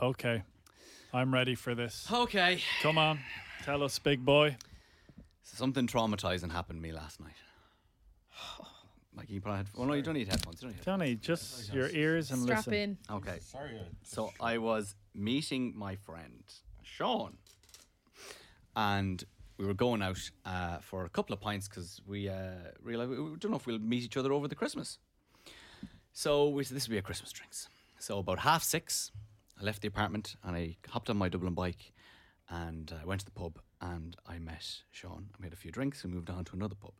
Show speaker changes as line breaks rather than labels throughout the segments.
Okay. I'm ready for this.
Okay.
Come on. Tell us, big boy.
Something traumatizing happened to me last night. Like you probably had. Well, no, you don't need headphones. You don't need
Johnny, just your ears and
Strap
listen.
in.
headphones. Okay.
Sorry. I-
So I was meeting my friend Sean, and we were going out uh, for a couple of pints because we uh, realized we we don't know if we'll meet each other over the Christmas. So we said this will be a Christmas drinks. So about half six, I left the apartment and I hopped on my Dublin bike, and I went to the pub and I met Sean. I made a few drinks and moved on to another pub,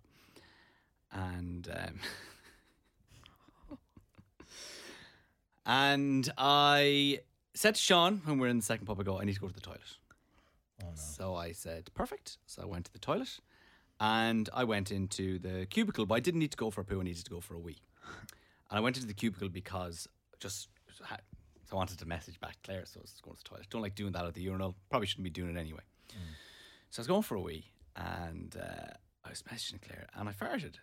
and. Um, And I said to Sean, when we we're in the second pub, I go, I need to go to the toilet. So I said, perfect. So I went to the toilet and I went into the cubicle, but I didn't need to go for a poo, I needed to go for a wee. And I went into the cubicle because just ha- I wanted to message back Claire, so I was going to the toilet. Don't like doing that at the urinal, probably shouldn't be doing it anyway. So I was going for a wee and uh, I was messaging Claire and I farted.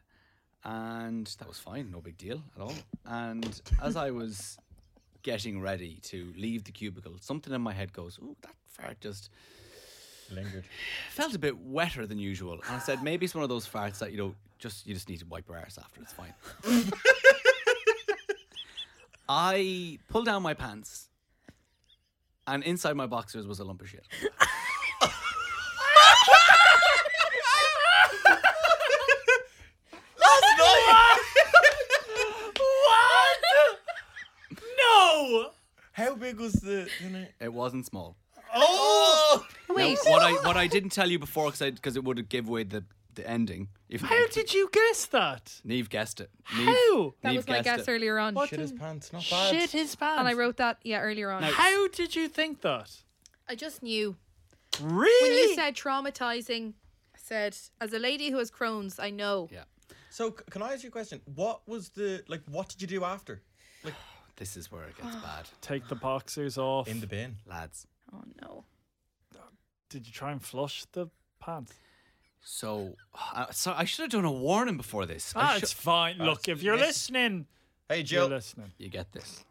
And that was fine, no big deal at all. And as I was getting ready to leave the cubicle, something in my head goes, Ooh, that fart just
Lingered.
felt a bit wetter than usual. And I said, Maybe it's one of those farts that, you know, just you just need to wipe your arse after, it's fine. I pulled down my pants and inside my boxers was a lump of shit.
No. How big was the dinner?
It wasn't small.
Oh!
Now,
Wait.
what I what I didn't tell you before because because it would have give away the the ending. If
How did you guess that?
Neve guessed it. Neve,
How?
That
Neve
was my
guessed
guess
it.
earlier on.
What
Shit his
the-
pants. Not bad.
Shit his pants.
And I wrote that, yeah, earlier on.
Now-
How did you think that?
I just knew. When
Really?
you said traumatizing, I said, as a lady who has Crohn's, I know.
Yeah.
So c- can I ask you a question? What was the like? What did you do after?
This is where it gets bad,
Take the boxers off.
In the bin.
lads.
Oh, no.
did you try and flush the pants?
So, uh, so I should have done a warning before this. I
Ah,
shou-
it's fine. Look, if you're
listen.
listening,
Hey
you're
Jill.
listening.
you get this.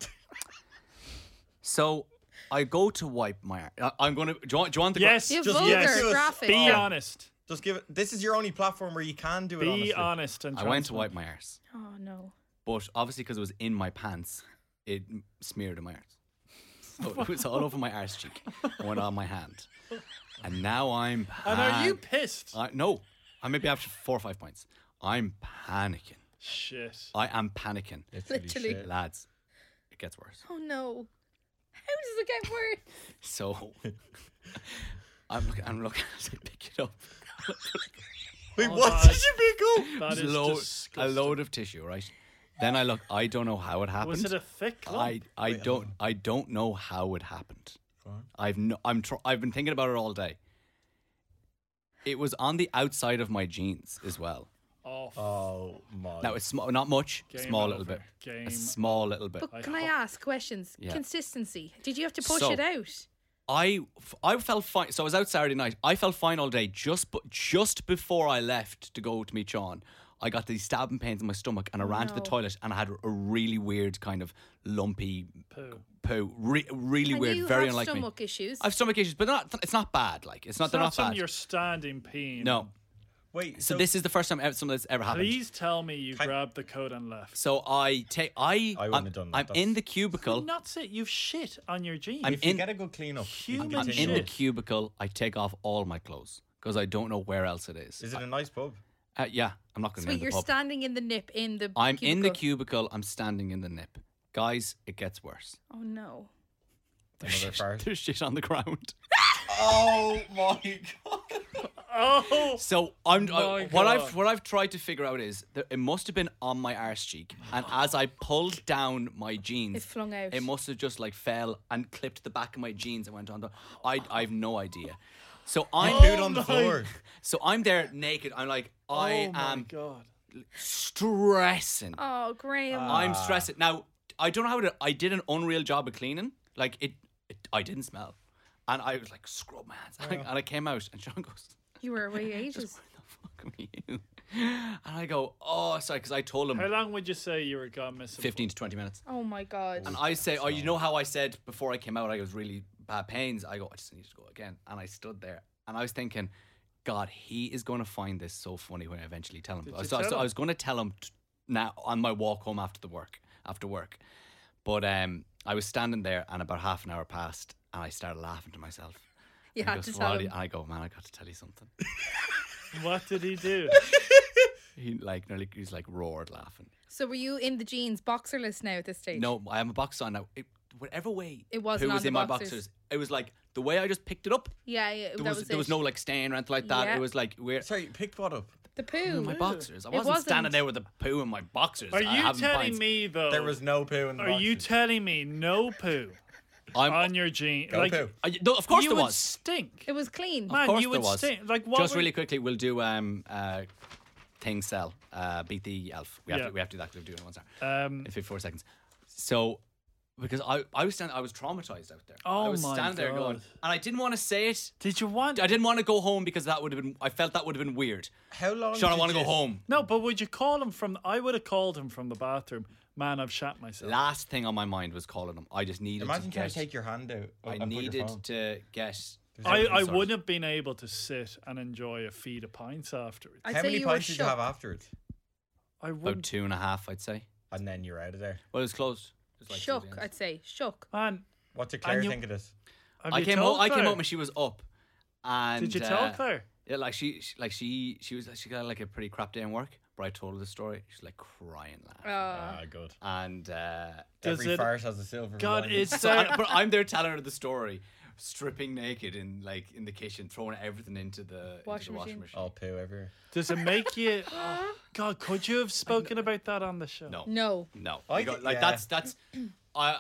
so I go to wipe my. ar- I, I'm gonna. Do you want, do you want the? gra-
Yes,
You
just
vulgar
yes.
graphic.
Be
Oh.
honest.
Just give it. This is your only platform where you can do it.
Be
honestly.
honest and
I went to wipe
transparent.
my arse,
Oh, no.
but obviously because it was in my pants, it m- smeared in my arse. So it was all over my arse cheek, and went on my hand, and now I'm.
And are you
pan-
pissed?
I, no, I maybe after four or five pints. I'm panicking.
Shit.
I am panicking,
Literally.
shit.
lads. It gets worse.
Oh, no. How does it get worse?
So I'm looking. I'm looking as I pick it up.
Wait,
Oh,
what
God.
did you pick up?
That
There's
is
a load, a
disgusting.
load of tissue, right? Then I look. I don't know how it happened.
Was it a thick lump?
I I don't I don't know how it happened. I've no I'm tr- I've been thinking about it all day. It was on the outside of my jeans as well.
Oh,
Oh my.
Now it's sm- not much,
Game
small
over.
little bit,
Game
a small little bit.
But can I ask questions?
Yeah.
Consistency. Did you have to push
So-
it out?
I f- I felt fine. So I was out Saturday night. I felt fine all day. Just but just before I left to go to meet Sean, I got these stabbing pains in my stomach, and I ran to the
No.
toilet, and I had a really weird kind of lumpy
poo.
poo. Re- really
I knew
weird,
you
very
have
unlike me.
stomach issues.
I have stomach issues, but not. It's not bad. Like it's not.
It's
they're
not
not,
something
bad.
you're standing peeing.
No.
Wait.
So, this is the first time ever, something that's ever happened.
Please tell me you grabbed the coat and left.
So I take. I.
I wouldn't
I'm,
have done that.
I'm in
That's-
the cubicle.
Nuts it. You've shit on your jeans.
I'm
If you
in-
get a good clean up, you can
Human
I'm
continue
in the
shit.
on.
cubicle. I take off all my clothes because I don't know where else it is.
Is it a nice pub?
Uh, yeah, I'm not going to.
Sweet, you're
the pub.
standing in the nip in the.
I'm in the
cubicle.
cubicle. I'm standing in the nip. Guys, it gets worse.
Oh no.
Another fart.
There's shit on the ground.
Oh my god.
oh,
So I'm
My
I, what I've
God.
what I've tried to figure out is that it must have been on my arse cheek, and as I pulled down my jeans,
It flung out.
Mm. It must have just like fell and clipped the back of my jeans and went on. The, I I've no idea. So I'm
Pooed on the
Oh my-
floor.
so I'm there naked. I'm like I
oh my
am
god.
stressing.
Oh, Graham.
I'm stressing. Now, I don't know how to. I did an unreal job of cleaning. Like, it, it I didn't smell. And I was like, scrub my hands. And, I, and I came out, and Sean goes,
you were away ages.
Where the fuck were you? And I go, oh, sorry, because I told
How
him
long would you say you were gone missing?
15 to 20 minutes.
Oh my god.
And I say, oh, you know how I said before I came out, I was really bad pains. I go, I just need to go again. And I stood there and I was thinking, God, he is going to find this so funny when I eventually tell him. I
you
was, I was-
tell
I
him?
was going to tell him t- now on my walk home after the work, after work. But um, I was standing there and about half an hour passed and I started laughing to myself.
you
And he
had to
goes,
tell
"Roddy,"
him.
And I go, man, I got to tell you something.
What did he do?
He like nearly, he's like roared laughing.
So were you in the jeans boxerless now at this stage?
No, I have a box on now. It, whatever way
It wasn't
who
on
was
the
in my
boxers.
boxers, it was like the way I just picked it up.
Yeah, yeah.
There
that
was,
was
there
it.
was no like stain or anything like that.
Yeah.
It was like where
Sorry, picked what up?
the poo.
my boxers. I
It
wasn't, standing
wasn't.
there with a poo in my boxers.
Are
I
you
haven't
telling
finds-
me though?
There was no poo in the
Are you
boxes.
telling me no poo
I'm,
on your jeans?
No
like
poo.
I- no, of course
you
there
would
was.
stink.
It was clean.
Man,
course
you
there
would
was.
stink. Like what?
Just
would-
really quickly, we'll do um uh thing cell uh beat the elf. We have
Yeah.
to we have to do that because we're doing it in one second.
Um,
in 54 seconds. So, because I, I was standing, I was traumatized out there. I
Oh
was
my
standing there going,
God.
and I didn't want to say it.
did you want?
I didn't want to go home because that would have been, I felt that would have been weird.
How long?
Sean, I
did
want to go
you-
home.
No, but would you call him from? I would have called him from the bathroom. Man, I've shat myself.
Last thing on my mind was calling him. I just needed to
Imagine trying
get,
to take your hand out.
I
and put your
needed
phone.
to get,
I, I
Sorry.
wouldn't have been able to sit and enjoy a feed of pints afterwards.
I'd
How
say
many
you were
pints did you have
shook.
afterwards?
I
about
wouldn't.
two and a half, I'd say.
And then you're out of there.
Well, it was closed. It was like till the
Shook,
end.
I'd say. Shook.
Man,
What did Claire
you-
think of this?
have
I
you
came
told
home, I came
Claire?
home and she was up. And,
Did you
uh,
tell Claire?
Yeah, like she, she, like she, she was, she got like a pretty crap day in work. But I told her the story. She's like crying, laughing,
Uh,
good.
and uh,
Ah, Does
Every
it-
farce has a silver
God,
lining.
it's
So,
so.
I- but I'm there telling her the story, stripping naked in like in the kitchen, throwing everything into the into
Washing
the washing
machine.
machine.
all poo everywhere.
Does it make you? Oh, God, could you have spoken about that on the show?
No,
No.
no.
I
You go-
thi-
like
yeah.
that's that's I.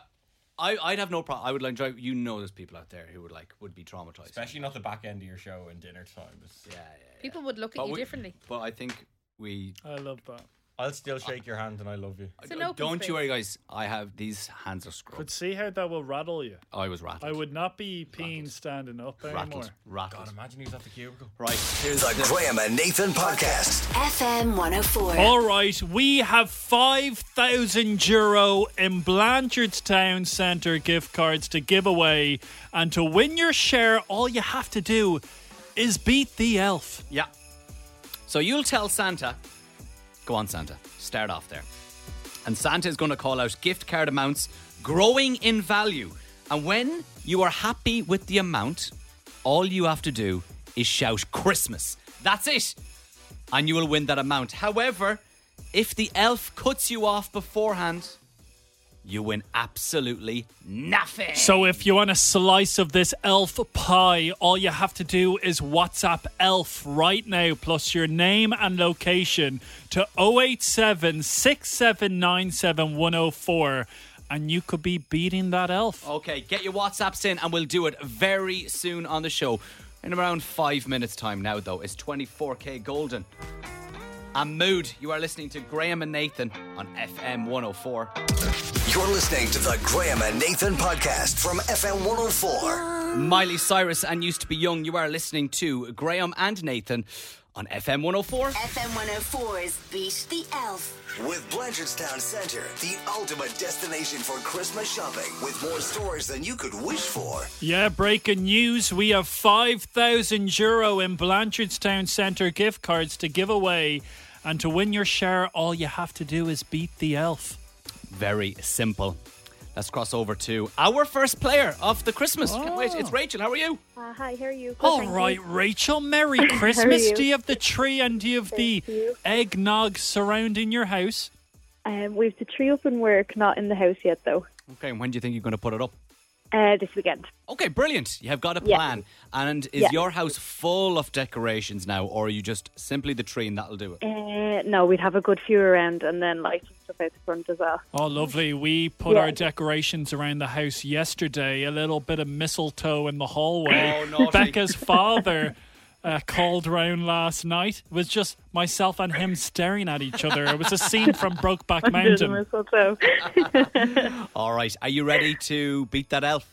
I, I'd have no problem. I would enjoy. You know, there's people out there who would like would be traumatized.
not the back end of your show and dinner time.
Yeah, yeah. yeah.
People would look at
But
you
we-
differently.
But I think we. uh,
I love that.
I'll still shake your hand and I love you.
It's an open
don't
space.
you worry, guys. I have these hands are scrubbed.
But see how that will rattle you.
I was rattled.
I would not be peeing standing up anymore.
rattled. Rattled.
imagine he's at the cubicle.
Right. Here's
The Graham and Nathan Podcast.
FM 104.
All right, we have 5,000 euro in Blanchardstown Centre gift cards to give away. And to win your share, all you have to do is beat the elf.
Yeah. So you'll tell Santa, go on, Santa, start off there. And Santa is going to call out gift card amounts growing in value. And when you are happy with the amount, all you have to do is shout Christmas. That's it. And you will win that amount. However, if the elf cuts you off beforehand, you win absolutely nothing.
So if you want a slice of this elf pie, all you have to do is WhatsApp elf right now, plus your name and location to 087 104 and you could be beating that elf.
Okay, get your WhatsApps in and we'll do it very soon on the show. In around five minutes' time now, though, it's 24K Golden. And Mood, you are listening to Graham and Nathan on FM 104.
You're listening to the Graham and Nathan Podcast from FM 104.
Miley Cyrus and Used to Be Young, you are listening to Graham and Nathan on FM 104.
FM 104's Beat the Elf.
With Blanchardstown Center, the ultimate destination for Christmas shopping with more stores than you could wish for.
Yeah, breaking news. We have 5,000 euro in Blanchardstown Centre gift cards to give away. And to win your share, all you have to do is beat the elf.
Very simple. Let's cross over to our first player of the Christmas. Can't wait, it's Rachel. How are you?
Uh, hi, how are you? Good,
All
thank
right,
you.
Rachel, Merry Christmas.
you?
Do you have the tree and do you have the
Thank you.
eggnog surrounding your house?
Um, we've the tree up in work, not in the house yet, though.
Okay, and when do you think you're going to put it up?
Uh, this weekend.
Okay, brilliant. You have got a
Yeah.
plan. And is
Yeah.
your house full of decorations now, or are you just simply the tree and that'll do it?
Uh, no, we'd have a good few around and then lights and stuff out the front as well.
Oh, lovely. We put
Yeah.
our decorations around the house yesterday, a little bit of mistletoe in the hallway.
Oh, naughty.
Becca's father uh, called round last night. It was just myself and him staring at each other. It was a scene from Brokeback
Under the
Mountain.
mistletoe.
All right, are you ready to beat that elf?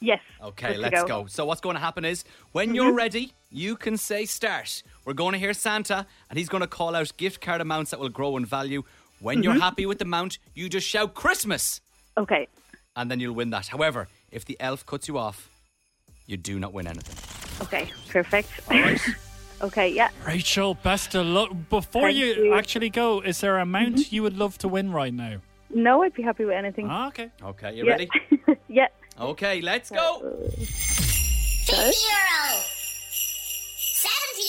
Yes.
Okay,
good to
let's go. So what's going to happen is when
Mm-hmm.
you're ready, you can say start. We're going to hear Santa and he's going to call out gift card amounts that will grow in value. When
Mm-hmm.
you're happy with the amount, you just shout Christmas
Okay.
and then you'll win that. However, if the elf cuts you off, you do not win anything.
Okay. Perfect. okay. Yeah.
Rachel, best of luck. Before
Thank
you,
you. Mm-hmm.
actually go, is there an amount you would love to win right now?
No, I'd be happy with anything.
Ah, okay.
Okay, you
yeah.
ready?
yeah.
Okay, let's go.
50 euro. 70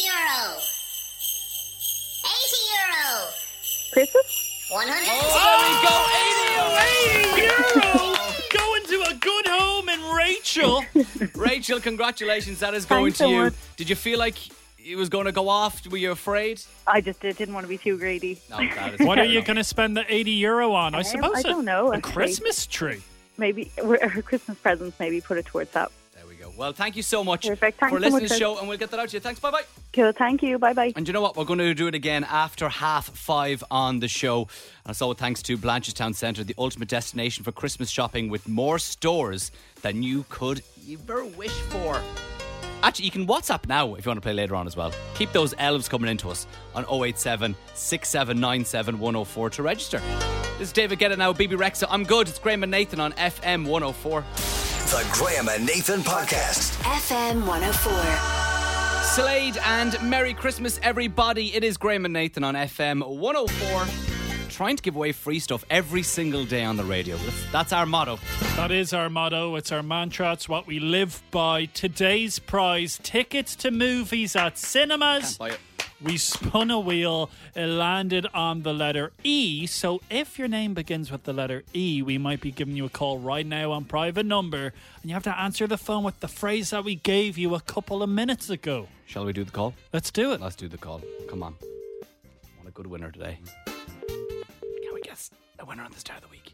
euro. 80 euro.
Christmas.
100.
Oh, there we go, 80
Going to a good home in Rachel.
Rachel, congratulations. That is going
Thanks
to
so
you.
much.
Did you feel like it was going to go off? Were you afraid?
I just did, didn't want to be too greedy.
No, that is
What are
fair
you
enough.
going to spend the 80 euro on? I suppose
I
a-
don't know,
a
actually.
Christmas tree.
Maybe her Christmas presents. Maybe put it towards that.
There we go. Well, thank you so much
Perfect. Thanks
for
so
listening
much,
to the
Ed.
show, and we'll get that out to you. Thanks. Bye bye.
Cool. Thank you. Bye bye.
And you know what? We're going to do it again after half five on the show. And so thanks to Blanchardstown Centre, the ultimate destination for Christmas shopping with more stores than you could ever wish for. Actually, you can WhatsApp now if you want to play later on as well. Keep those elves coming into us on 087 6797 104 to register. This is David Get It Now, BB Rexa. I'm good. It's Graham and Nathan on FM 104.
The Graham and Nathan Podcast.
FM 104.
Slade and Merry Christmas, everybody. It is Graham and Nathan on FM 104. Trying to give away free stuff every single day on the radio. That's, that's our motto.
That is our motto. It's our mantra. It's what we live by. Today's prize tickets to movies at cinemas.
Buy it.
We spun a wheel, it landed on the letter E. So if your name begins with the letter E, we might be giving you a call right now on private number, and you have to answer the phone with the phrase that we gave you a couple of minutes ago.
Shall we do the call?
Let's do it.
Let's do the call. Come on. Want a good winner today. Can we guess the winner on the start of the week?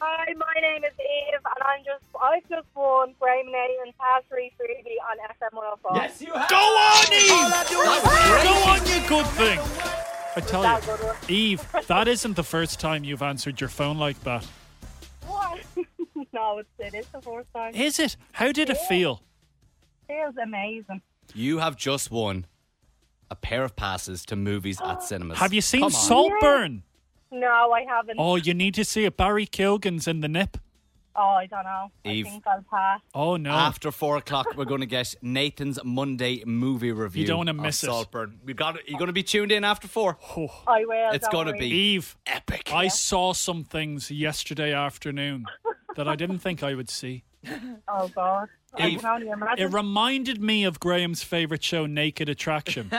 Hi, my name is Eve, and I'm just I've just won Graham Nathan's Pass Three Freebie on FM 104.
you have.
Go on, Eve! Go on,
Go
you good thing. I tell
That
you,
good one.
Eve, that isn't the first time you've answered your phone like that.
What? no, it's it is the first time. It
Is it? How did it feel?
feels amazing.
You have just won a pair of passes to movies at cinemas.
Have you seen
Come on.
Saltburn?
No, I haven't. Oh,
Oh, you need to see it. Barry Kilgan's in the nip.
Oh,
I don't know.
Eve.
I think I'll pass.
Oh no.
After four o'clock, we're going to get Nathan's Monday movie review.
You don't wanna
of
miss it.
Saltburn. We got. You're going to be tuned in after four.
I will.
It's
don't
gonna
worry.
be-
Eve,
Epic.
I saw some things yesterday afternoon that I didn't think I would see.
Oh God.
Eve,
I can only
It
imagine.
reminded me of Graham's favorite show, Naked Attraction.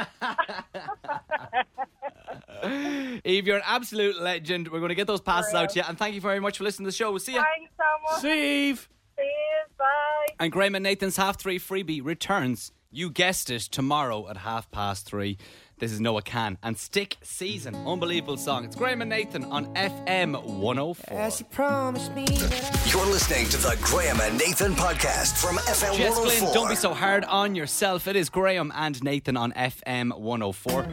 Eve, you're an absolute legend. We're going to get those passes out to you, and thank you very much for listening to the show. We'll see you.
Thanks so much.
see, Eve.
Cheers. Bye.
And Graham and Nathan's half three freebie returns. You guessed it tomorrow at half past three. This is Noah Can and Stick Season. Unbelievable song. It's Graham and Nathan on FM 104.
You're listening to the Graham and Nathan Podcast from FM
Jess Glynn,
104.
don't be so hard on yourself. It is Graham and Nathan on FM 104.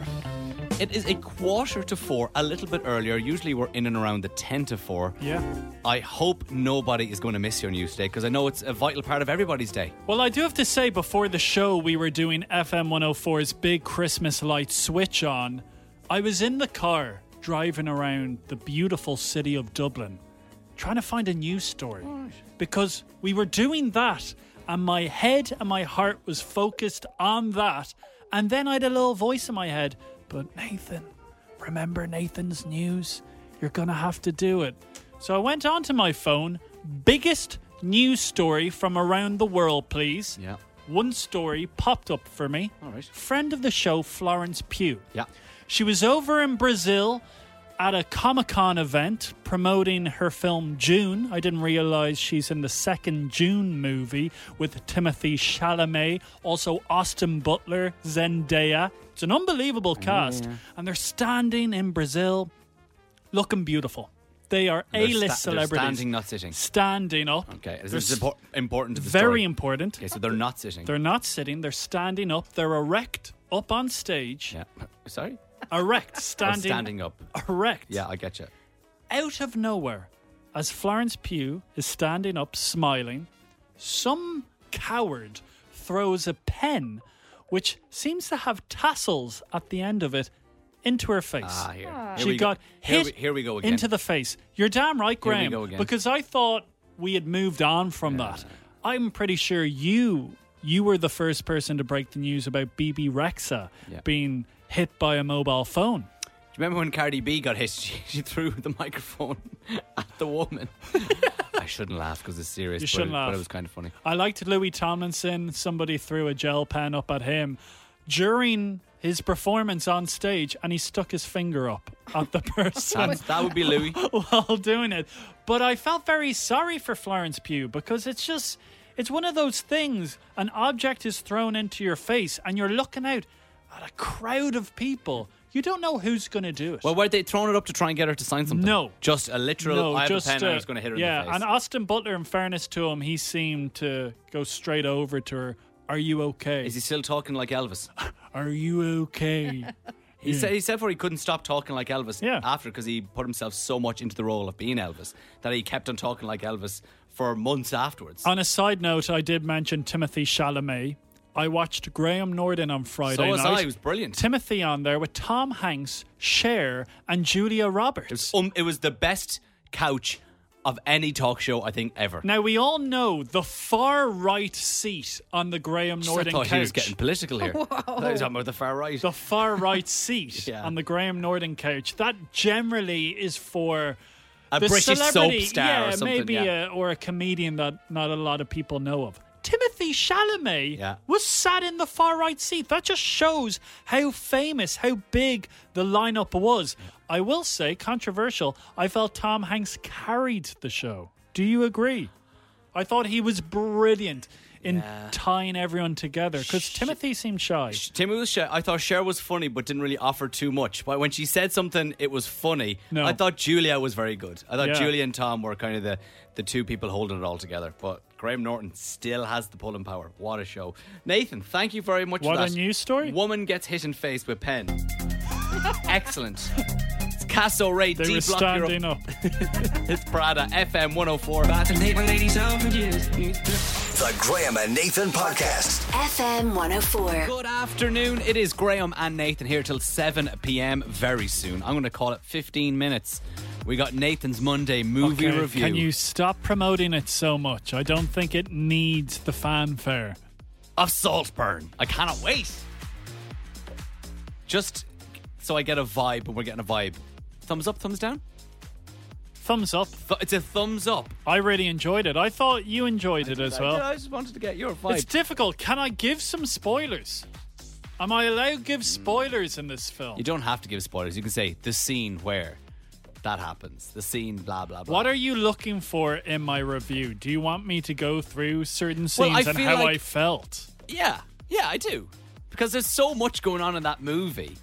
It is a quarter to four, a little bit earlier. Usually we're in and around the 10 to four.
Yeah.
I hope nobody is going to miss your news day because I know it's a vital part of everybody's day.
Well, I do have to say, before the show, we were doing FM 104's big Christmas light switch on. I was in the car driving around the beautiful city of Dublin trying to find a news story because we were doing that, and my head and my heart was focused on that. And then I had a little voice in my head, but Nathan, remember Nathan's news? You're gonna have to do it. So I went onto my phone, biggest news story from around the world, please.
Yeah.
One story popped up for me.
All right.
Friend of the show, Florence Pugh.
Yeah.
She was over in Brazil at a Comic Con event promoting her film June. I didn't realize she's in the second June movie with Timothy Chalamet, also Austin Butler, Zendaya. It's an unbelievable
Oh,
cast. And they're standing in Brazil looking beautiful. They are
They're
A
sta-
list
they're
celebrities.
standing, not sitting.
Standing up.
Okay. This
They're
is
s-
impor- important to the
Very
story.
important.
Okay, so they're not sitting.
They're not sitting, they're standing up, they're erect up on stage.
yeah. Sorry?
Erect,
Oh,
standing,
standing up.
Correct.
Yeah, I get you.
Out of nowhere, as Florence Pugh is standing up, smiling, some coward throws a pen, which seems to have tassels at the end of it, into her face.
Ah, here. here
She
we go.
got
here
hit
we, here we go again.
into the face. You're damn right,
Here we
Graham.
go again.
Because I thought we had moved on from that. I'm pretty sure you you were the first person to break the news about BB Rexa
Yeah.
being hit by a mobile phone.
Do you remember when Cardi B got hit? She, she threw the microphone at the woman. I shouldn't laugh because it's serious.
You
but
shouldn't
it,
laugh.
But it was kind of funny.
I liked Louis Tomlinson. Somebody threw a gel pen up at him during his performance on stage, and he stuck his finger up at the person
That's, that would be Louis.
while doing it. But I felt very sorry for Florence Pugh because it's just, it's one of those things. An object is thrown into your face, and you're looking out at a crowd of people. You don't know who's going to do it.
Well, were they throwing it up to try and get her to sign something?
No.
Just a literal,
no,
I have
just
a pen and
uh,
I was going to hit her
yeah,
in the face.
and Austin Butler, in fairness to him, he seemed to go straight over to her. Are you okay?
Is he still talking like Elvis?
Are you okay?
He said he said for he couldn't stop talking like Elvis
Yeah.
after because he put himself so much into the role of being Elvis that he kept on talking like Elvis for months afterwards.
on a side note, I did mention Timothy Chalamet. I watched Graham Norton on Friday
so was
night.
I. It was brilliant.
Timothy on there with Tom Hanks, Cher, and Julia Roberts.
um, it was the best couch of any talk show I think ever.
now we all know the far right seat on the Graham
Just I
Norton
thought
couch.
he was getting political here. I was talking about the far right.
the far right seat
Yeah.
on the Graham Norton couch. That generally is for
a
the
British soap
celebrity,
star
yeah,
or something.
maybe,
yeah.
uh, or a comedian that not a lot of people know of. Timothy Chalamet
Yeah.
was sat in the far right seat. That just shows how famous, how big the lineup was. I will say, controversial. I felt Tom Hanks carried the show. Do you agree? I thought he was brilliant in tying everyone together because Timothy seemed shy.
Timmy was Cher. I thought Cher was funny, but didn't really offer too much. But when she said something, it was funny.
No.
I thought Julia was very good. I thought
Yeah.
Julia and Tom were kind of the, the two people holding it all together. But Graham Norton still has the pulling power. What a show. Nathan, thank you very much
What
for
a
that.
news story.
Woman gets hit in face with pen. Excellent. It's Casso Ray,
They
D
were
Block
standing
Europe.
up.
It's Prada, FM 104.
The Graham and Nathan Podcast.
FM 104.
Good afternoon. It is Graham and Nathan here till 7 p.m. very soon. I'm going to call it 15 minutes. We got Nathan's Monday movie
Okay,
review.
Can you stop promoting it so much? I don't think it needs the fanfare.
Of Saltburn. I cannot wait. Just so I get a vibe, and we're getting a vibe. Thumbs up, thumbs down?
Thumbs up.
Th- it's a thumbs up.
I really enjoyed it. I thought you enjoyed it as well.
I just wanted to get your vibe.
It's difficult. Can I give some spoilers? Am I allowed to give spoilers in this film?
you don't have to give spoilers. You can say the scene where that happens, the scene, blah, blah, blah.
What are you looking for in my review? Do you want me to go through certain
Well,
scenes
I
and
feel
how
like-
I felt?
Yeah, yeah, I do. Because there's so much going on in that movie.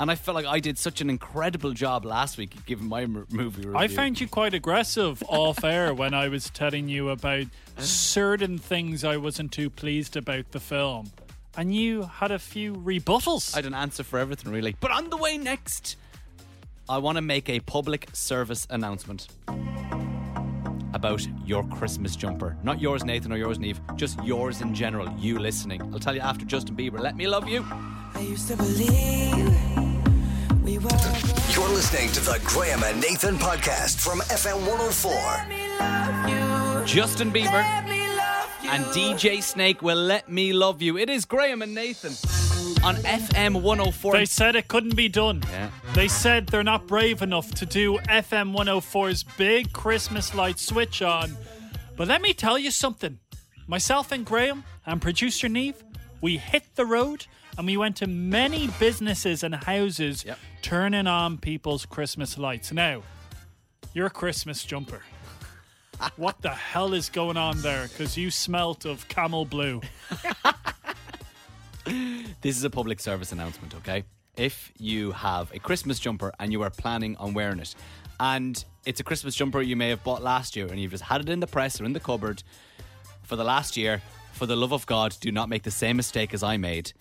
And I felt like I did such an incredible job last week giving my m- movie review.
I found you quite aggressive off air when I was telling you about certain things I wasn't too pleased about the film. And you had a few rebuttals.
I had an answer for everything, really. But on the way next, I want to make a public service announcement about your Christmas jumper. Not yours, Nathan, or yours, Neve. Just yours in general. You listening. I'll tell you after Justin Bieber. Let me love you.
You're listening to the Graham and Nathan Podcast from FM 104.
Justin Bieber and DJ Snake will let me love you. It is Graham and Nathan on FM 104.
They said it couldn't be done.
Yeah.
They said they're not brave enough to do FM 104's big Christmas light switch on. But let me tell you something. Myself and Graham and producer Neve, we hit the road and we went to many businesses and houses
Yep.
turning on people's Christmas lights. Now, your Christmas jumper. what the hell is going on there? Because you smelt of camel blue.
This is a public service announcement, okay? If you have a Christmas jumper and you are planning on wearing it, and it's a Christmas jumper you may have bought last year and you've just had it in the press or in the cupboard for the last year, for the love of God, do not make the same mistake as I made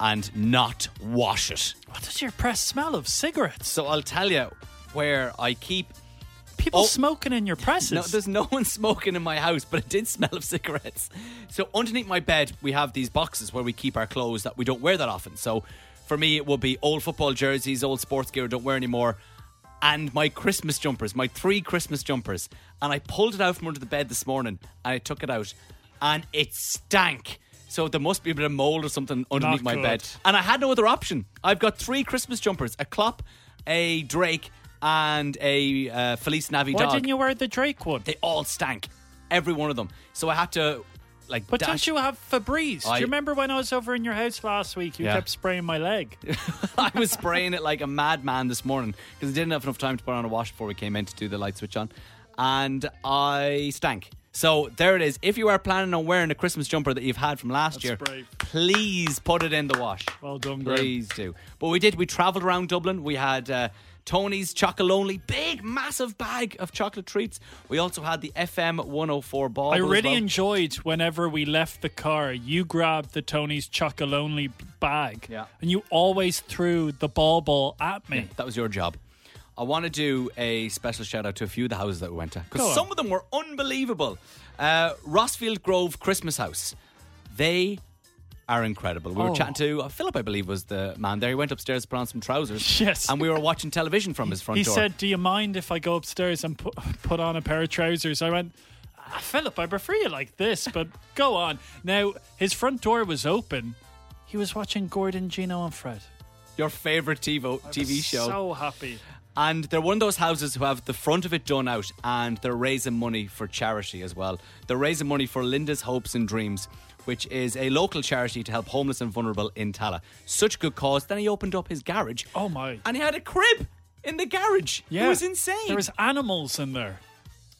and not wash it.
What does your press smell of? Cigarettes?
So I'll tell you where I keep
people
Oh.
smoking in your presses?
No, there's no one smoking in my house, but it did smell of cigarettes. So underneath my bed, we have these boxes where we keep our clothes that we don't wear that often. So for me, it will be old football jerseys, old sports gear I don't wear anymore, and my Christmas jumpers, my three Christmas jumpers. And I pulled it out from under the bed this morning, and I took it out, and it stank. So there must be a bit of mold or something underneath
Not
my
good.
bed, and I had no other option. I've got three Christmas jumpers: a Klopp, a Drake, and a uh, Felice Navi
Why
dog
didn't you wear the Drake one?
they all stank, every one of them. So I had to like.
But
dash.
don't you have Febreze? Do
I-
you remember when I was over in your house last week? You
Yeah.
kept spraying my leg.
I was spraying it like a madman this morning because I didn't have enough time to put on a wash before we came in to do the light switch on, and I stank. So there it is. If you are planning on wearing a Christmas jumper that you've had from last
That's
year,
brave.
please put it in the wash.
Well done, Graham.
please do. But we did. We travelled around Dublin. We had uh, Tony's Chocolonely, big massive bag of chocolate treats. We also had the FM 104 ball.
I really
well.
enjoyed whenever we left the car, you grabbed the Tony's Chocolonely bag
Yeah.
and you always threw the ball ball at me.
That was your job. I want to do a special shout out to a few of the houses that we went to
Go
because
on.
some of them were unbelievable. Uh, Rossfield Grove Christmas House. They are incredible. We
Oh.
were chatting to uh, Philip, I believe, was the man there. He went upstairs to put on some trousers.
Yes.
And we were watching television from his front
He
door.
said, Do you mind if I go upstairs and put, put on a pair of trousers? I went, ah, Philip, I prefer you like this, but go on. Now, his front door was open. He was watching Gordon, Gino, and Fred.
Your favourite TiVo TV show.
So happy.
And they're one of those houses who have the front of it done out and they're raising money for charity as well. They're raising money for Linda's Hopes and Dreams, which is a local charity to help homeless and vulnerable in Tala. Such good cause. Then he opened up his garage.
Oh, my.
And he had a crib in the garage.
Yeah.
It was insane.
There was animals in there.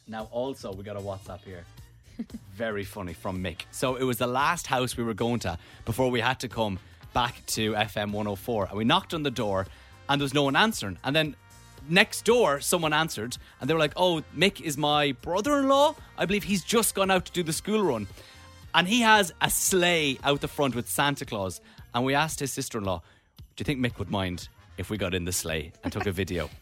Now, also, we got a WhatsApp here. Very funny from Mick. So it was the last house we were going to before we had to come back to FM 104. And we knocked on the door and there was no one answering. And then next door, someone answered and they were like, Oh, Mick is my brother in law. I believe he's just gone out to do the school run. And he has a sleigh out the front with Santa Claus. And we asked his sister in law, Do you think Mick would mind if we got in the sleigh and took a video?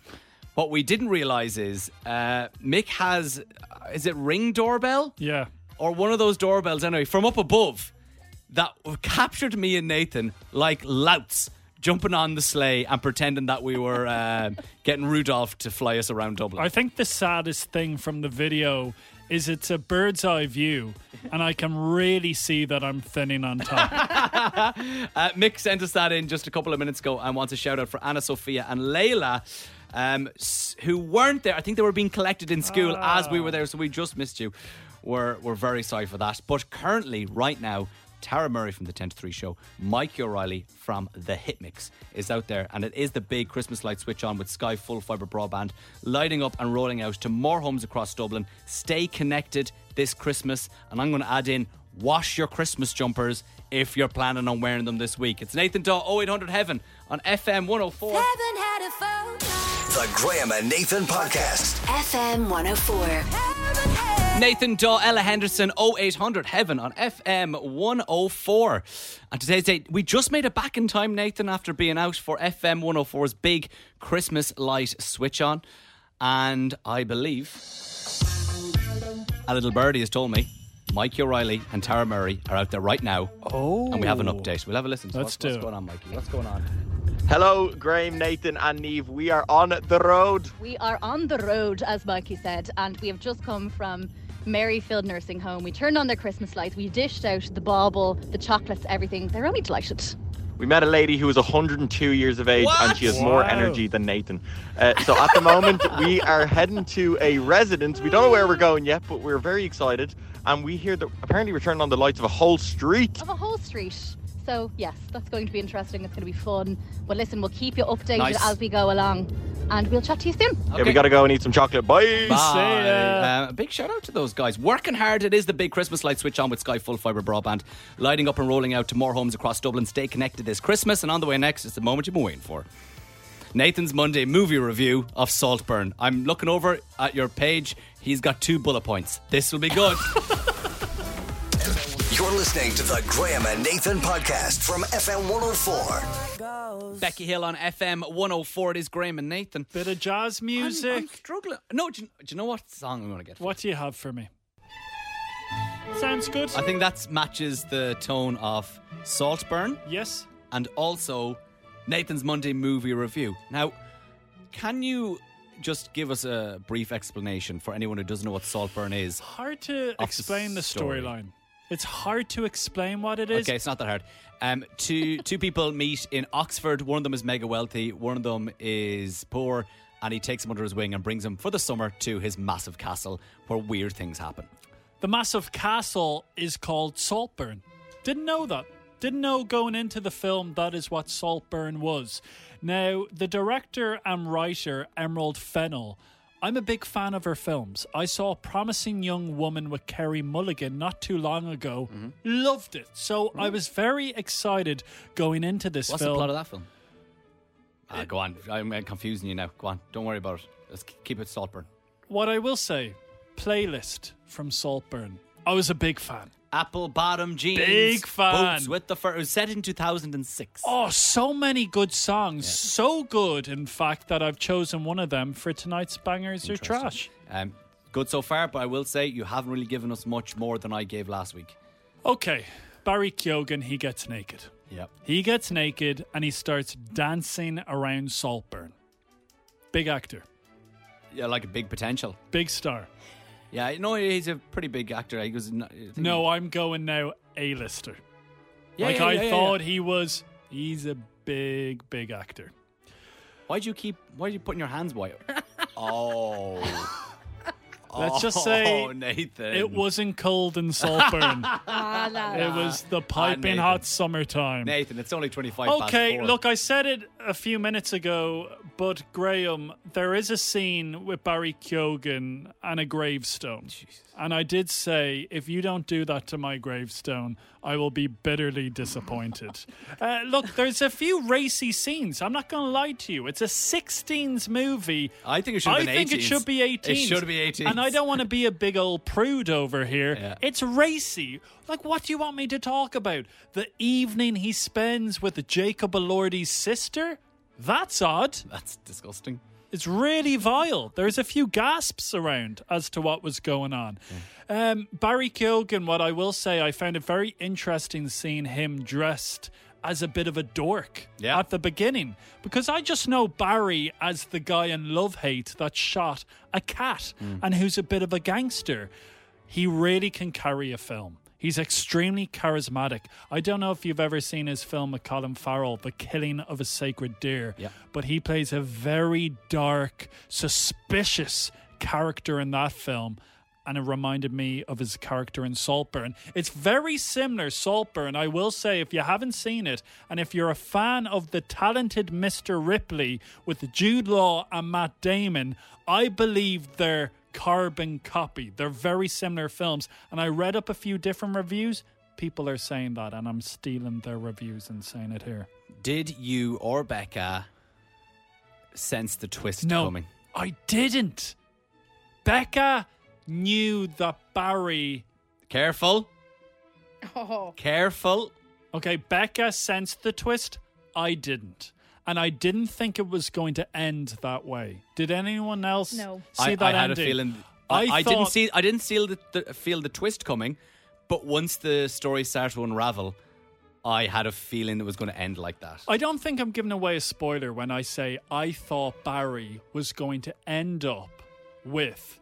What we didn't realize is uh, Mick has, uh, is it Ring Doorbell?
Yeah.
Or one of those doorbells, anyway, from up above that captured me and Nathan like louts jumping on the sleigh and pretending that we were uh, getting Rudolph to fly us around Dublin.
I think the saddest thing from the video is it's a bird's eye view, and I can really see that I'm thinning on top.
Uh, Mick sent us that in just a couple of minutes ago and wants a shout out for Anna Sophia and Layla. Um, s- who weren't there? I think they were being collected in school as we were there, so we just missed you. We're, we're very sorry for that. But currently, right now, Tara Murray from the 10 to 3 show, Mike O'Reilly from The Hit Mix is out there, and it is the big Christmas light switch on with Sky Full Fibre Broadband lighting up and rolling out to more homes across Dublin. Stay connected this Christmas, and I'm going to add in wash your Christmas jumpers if you're planning on wearing them this week. It's Nathan Daw, 0800 Heaven on FM 104.
Haven't had a phone call.
The Graham and Nathan podcast.
FM 104.
Haven't had.
Nathan Daw, Ella Henderson, 0800 Heaven on FM 104. And today's date, we just made it back in time, Nathan, after being out for FM 104's big Christmas light switch on. And I believe a little birdie has told me. Mike O'Reilly and Tara Murray are out there right now. Oh. And we have an update. We'll have a listen to
Let's
what's, what's
do it.
going on, Mikey. What's going on?
Hello, Graham, Nathan, and Neve. We are on the road.
We are on the road, as Mikey said, and we have just come from Maryfield Nursing Home. We turned on their Christmas lights, we dished out the bauble, the chocolates, everything. They're only delighted.
We met a lady who is 102 years of age,
What?
and she has
Wow.
more energy than Nathan. Uh, so at the moment, we are heading to a residence. We don't know where we're going yet, but we're very excited. And we hear that apparently we're turning on the lights of a whole street.
Of a whole street. So, yes, that's going to be interesting. It's going to be fun. But listen, we'll keep you updated
Nice.
as we go along, and we'll chat to you soon.
Yeah, we gotta go and eat some chocolate. Bye.
Bye.
See ya.
Um, a big shout out to those guys. Working hard. It is the big Christmas light switch on with Sky Full Fibre Broadband. Lighting up and rolling out to more homes across Dublin. Stay connected this Christmas. And on the way next, it's the moment you've been waiting for. Nathan's Monday movie review of Saltburn. I'm looking over at your page. He's got two bullet points. This will be good.
Your You're listening to the Graham and Nathan podcast from FM 104.
Becky Hill on FM 104. It is Graham and Nathan.
Bit of jazz music.
I'm, struggling. No, do you, do you know what song I'm going to get?
What do you have for me? Sounds good.
I think that matches the tone of Saltburn
yes.
and also Nathan's Monday movie review. Now, can you just give us a brief explanation for anyone who doesn't know what Saltburn is?
Hard to
the
explain the
story.
storyline. It's hard to explain what it is.
Okay, it's not that hard. Um, two two people meet in Oxford. One of them is mega wealthy. One of them is poor, and he takes him under his wing and brings him for the summer to his massive castle where weird things happen.
The massive castle is called Saltburn. Didn't know that. Didn't know going into the film that is what Saltburn was. Now, the director and writer, Emerald Fennell, I'm a big fan of her films. I saw Promising Young Woman with Kerry Mulligan not too long ago.
Mm-hmm.
Loved it. So I was very excited going into this
What's
film.
the plot of that film? Ah, go on. I'm uh, confusing you now. Go on. Don't worry about it. Let's k- keep it Saltburn.
What I will say, playlist from Saltburn. I was a big fan.
Apple bottom jeans.
Big fan.
Boots with the fur. It was set in 2006.
Oh, so many good songs. So good, in fact, that I've chosen one of them for tonight's Bangers or Trash.
Um, good so far, but I will say you haven't really given us much more than I gave last week.
Okay, Barry Keoghan, he gets naked.
Yep.
He gets naked and he starts dancing around Saltburn. Big actor,
Yeah, like a big potential.
big star.
Yeah, no, he's a pretty big actor. He was not, I think
No, I'm going now A-lister.
he- Hmm. Yeah,
like
yeah,
I
yeah, yeah,
thought
yeah.
he was. He's a big, big actor.
Why'd you keep? Why'd you putting your hands wide? oh.
Let's just say
oh, Nathan.
It wasn't cold in Saltburn.
Ah, la,
it
la.
was the piping
Nathan.
hot summertime.
Nathan. It's only twenty-five. past
Okay,
four.
look, I said it a few minutes ago, but Graham, there is a scene with Barry Keoghan and a gravestone. And I did say, if you don't do that to my gravestone, I will be bitterly disappointed. uh, look, there's a few racy scenes. I'm not going to lie to you. It's a 16s movie.
I think it should have
I
been
think it
18s.
should be 18.
It should be 18s.
And I don't want to be a big old prude over here.
Yeah.
It's racy. Like, what do you want me to talk about? The evening he spends with Jacob Elordi's sister? That's odd.
That's disgusting.
It's really vile. There's a few gasps around as to what was going on. Um, Barry Keoghan, what I will say, I found it very interesting seeing him dressed as a bit of a dork
Yeah.
at the beginning because I just know Barry as the guy in Love Hate that shot a cat and who's a bit of a gangster. He really can carry a film. He's extremely charismatic. I don't know if you've ever seen his film with Colin Farrell, The Killing of a Sacred Deer
Yeah.
but he plays a very dark, suspicious character in that film. And it reminded me of his character in Saltburn. It's very similar, Saltburn. I will say, if you haven't seen it, and if you're a fan of the talented Mr. Ripley with Jude Law and Matt Damon, I believe they're carbon copy. They're very similar films. And I read up a few different reviews. People are saying that, and I'm stealing their reviews and saying it here.
Did you or Becca sense the twist
no,
coming?
I didn't. Becca knew that Barry.
Careful,
Oh,
careful.
Okay, Becca sensed the twist. I didn't. And I didn't think it was going to end that way. Did anyone else
No.
see
I,
that
I had
ending?
a feeling. I, I didn't
thought-
see. I didn't see the, the, feel the twist coming, but once the story started to unravel, I had a feeling it was going to end like that.
I don't think I'm giving away a spoiler when I say I thought Barry was going to end up with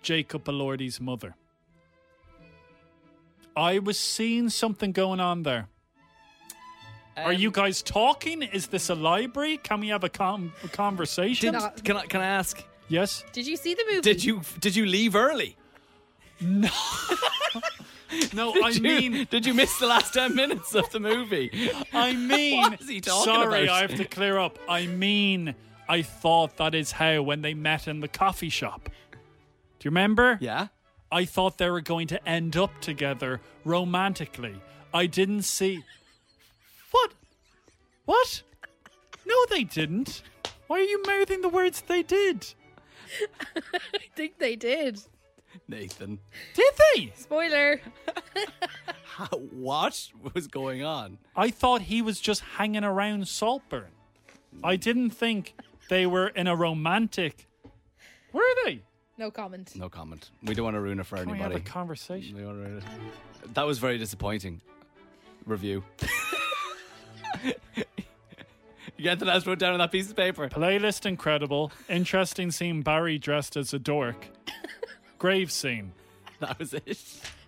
Jacob Elordi's mother. I was seeing something going on there. Are
Um,
you guys talking? Is this a library? Can we have a, com- a conversation?
Did, can I can I ask?
yes.
did you see the movie?
Did you did you leave early?
No,
Did
I
you-
mean,
did you miss the last ten minutes of the movie?
I mean.
What is he talking
sorry,
about?
I have to clear up. I mean, I thought that is how when they met in the coffee shop. Do you remember?
Yeah.
I thought they were going to end up together romantically. I didn't see. What? What? No, they didn't. Why are you mouthing the words they did?
I think they did.
Nathan.
Did they?
Spoiler.
How, what was going on?
I thought he was just hanging around Saltburn. I didn't think they were in a romantic. Were they?
No comment.
No comment. We don't want to ruin it for
Can we
anybody.
have a conversation?
We don't wanna ruin it. That was very disappointing. Review. you get the last one down on that piece of paper.
Playlist incredible. Interesting scene Barry dressed as a dork. Grave scene.
That was it.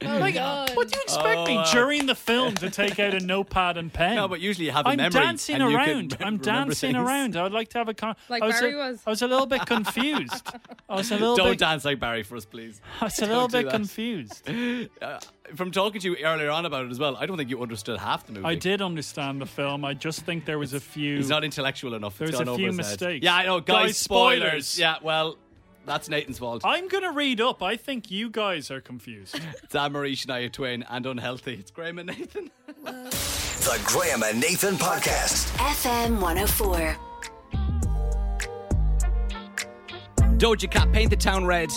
Oh my god.
What do you expect me
wow.
during the film to take out a notepad and pen?
No, but usually you have a
I'm
memory.
dancing
and you can
around. I'm
rem- remember
dancing
things.
around. I would like to have a con.
Like
I was
Barry
a,
was.
I was a little bit confused. I was a little
Don't
bit.
dance like Barry for us, please.
I was a little
do
bit
that.
confused.
From talking to you earlier on about it as well, I don't think you understood half the movie.
I did understand the film. I just think there was a few.
He's not intellectual enough.
There's
it's gone
a
over
few
his head.
mistakes.
Yeah, I know. Guys,
Guys,
spoilers.
spoilers.
Yeah, well, that's Nathan's fault.
I'm gonna read up. I think you guys are confused.
It's Anne-Marie Shania Twain and Unhealthy. It's Graham and Nathan.
The Graham and Nathan Podcast.
FM 104.
Doja Cat, Paint the Town Red.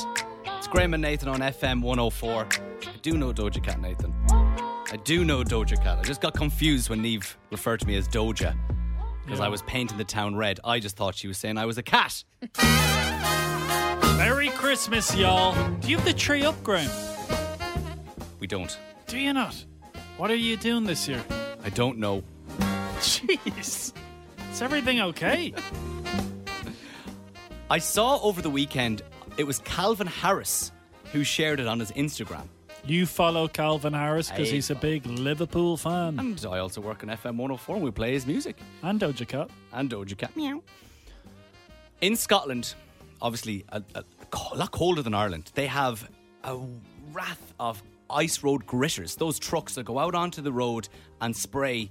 It's Graham and Nathan on FM 104. I do know Doja Cat, Nathan. I do know Doja Cat. I just got confused when Neve referred to me as Doja because I was painting the town red. I just thought she was saying I was a cat.
Merry Christmas, y'all. Do you have the tree up, Graham?
We don't.
Do you not? What are you doing this year?
I don't know.
Jeez. Is everything okay?
I saw over the weekend it was Calvin Harris who shared it on his Instagram.
you follow Calvin Harris because
I
he's a
follow-
big Liverpool fan.
And I also work on FM 104 and we play his music.
And Doja Cat.
and Doja Cat. Meow. In Scotland, obviously a, a, co- a lot colder than Ireland, they have a wrath of ice road gritters. Those trucks that go out onto the road and spray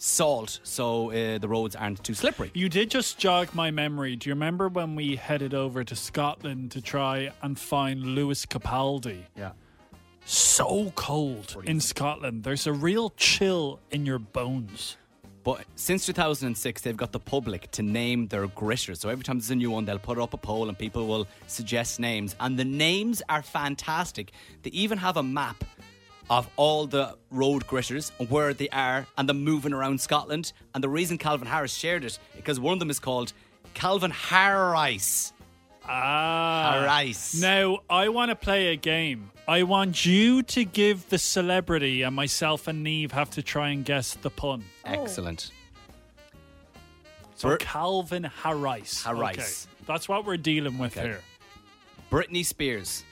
salt so uh, the roads aren't too slippery.
You did just jog my memory. Do you remember when we headed over to Scotland to try and find Lewis Capaldi?
Yeah.
So cold in Scotland. There's a real chill in your bones.
But since 2006, they've got the public to name their gritters. So every time there's a new one, they'll put up a poll and people will suggest names. And the names are fantastic. They even have a map of all the road gritters and where they are and they're moving around Scotland. And the reason Calvin Harris shared it, because one of them is called Calvin Harris.
Ah.
Harris.
Now, I want to play a game. I want you to give the celebrity, and myself and Neve have to try and guess the pun.
Oh. Excellent.
So,
Bert-
Calvin Harris.
Harris.
Okay. That's what we're dealing with
Okay.
here.
Britney Spears.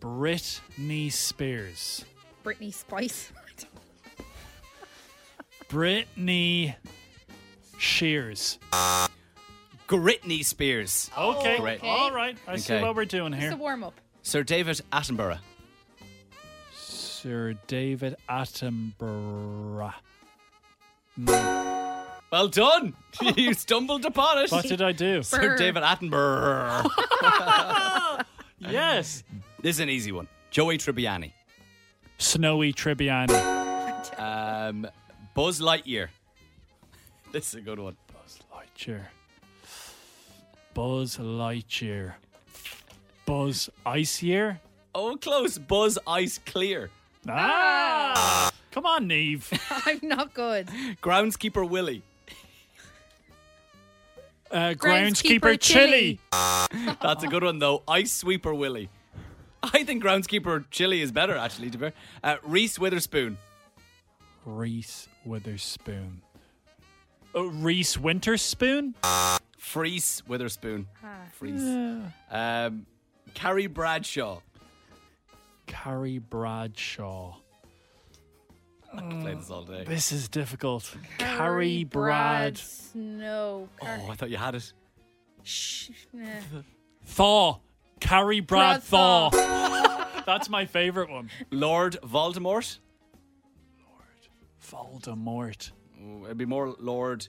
Britney Spears.
Britney Spice.
Britney Shears.
Gritney Spears.
Okay.
Oh, Great.
All right. I see
Okay.
what we're doing
It's a
here.
warm up.
Sir David Attenborough.
Sir David Attenborough.
Well done. you stumbled upon it.
What did I do?
Sir
Brr.
David Attenborough.
yes.
this is an easy one. Joey Tribbiani.
Snowy Tribbiani.
Um, Buzz Lightyear. This is a good one.
Buzz Lightyear. Buzz Lightyear. Buzz Iceyear.
Oh, close. Buzz Ice Clear.
Ah! Come on, Neve.
I'm not good.
Groundskeeper Willie.
Uh,
Groundskeeper
groundskeeper Chili.
That's a good one, though. Ice Sweeper Willie. I think Groundskeeper Chili is better, actually, to be fair. Uh, Reese Witherspoon.
Reese Witherspoon. Uh, Reese Winterspoon.
Freeze Witherspoon. Freeze. Um, Carrie Bradshaw.
Carrie Bradshaw.
I could play this all day.
This is difficult. Carrie Brad.
Snow. Car-
Oh, I thought you had it.
Shh. Nah.
Thaw. Carrie Brad
Brad Thaw.
Thaw. That's my favorite one.
Lord Voldemort.
Voldemort.
Ooh, It'd be more Lord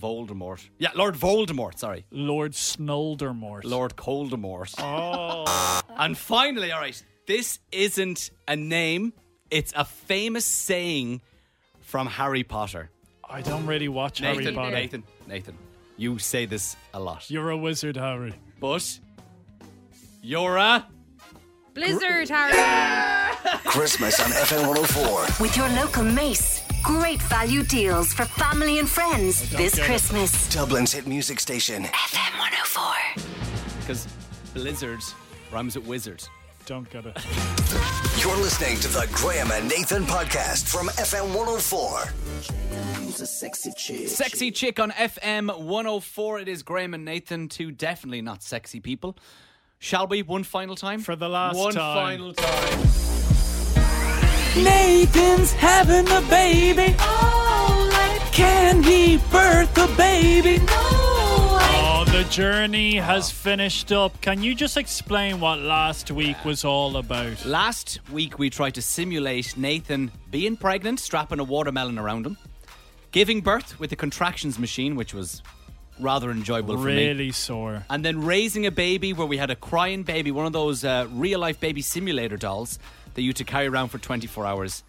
Voldemort. Yeah, Lord Voldemort, sorry.
Lord Snoldermort.
Lord Coldemort.
Oh.
And finally, all right, this isn't a name, it's a famous saying from Harry Potter.
I don't really watch Harry
Nathan,
Potter.
Nathan, Nathan, you say this a lot.
You're a wizard, Harry.
But You're a.
Blizzard, Harry.
Christmas on FM 104.
With your local Mace. Great value deals for family and friends this Christmas.
Dublin's hit music station.
FM 104.
Because blizzard rhymes with wizard.
Don't get it.
You're listening to the Graham and Nathan podcast from FM 104. She's a sexy chick.
Sexy chick on FM 104. It is Graham and Nathan, two definitely not sexy people. Shall we one final time?
For the last
one
time.
final time.
Nathan's having a baby. Can he birth a baby?
Oh, the journey has finished up. Can you just explain what last week was all about?
Last week, we tried to simulate Nathan being pregnant, strapping a watermelon around him, giving birth with a contractions machine, which was rather enjoyable for me.
Really sore.
And then raising a baby, where we had a crying baby, one of those uh, real life baby simulator dolls that you had to carry around for 24 hours.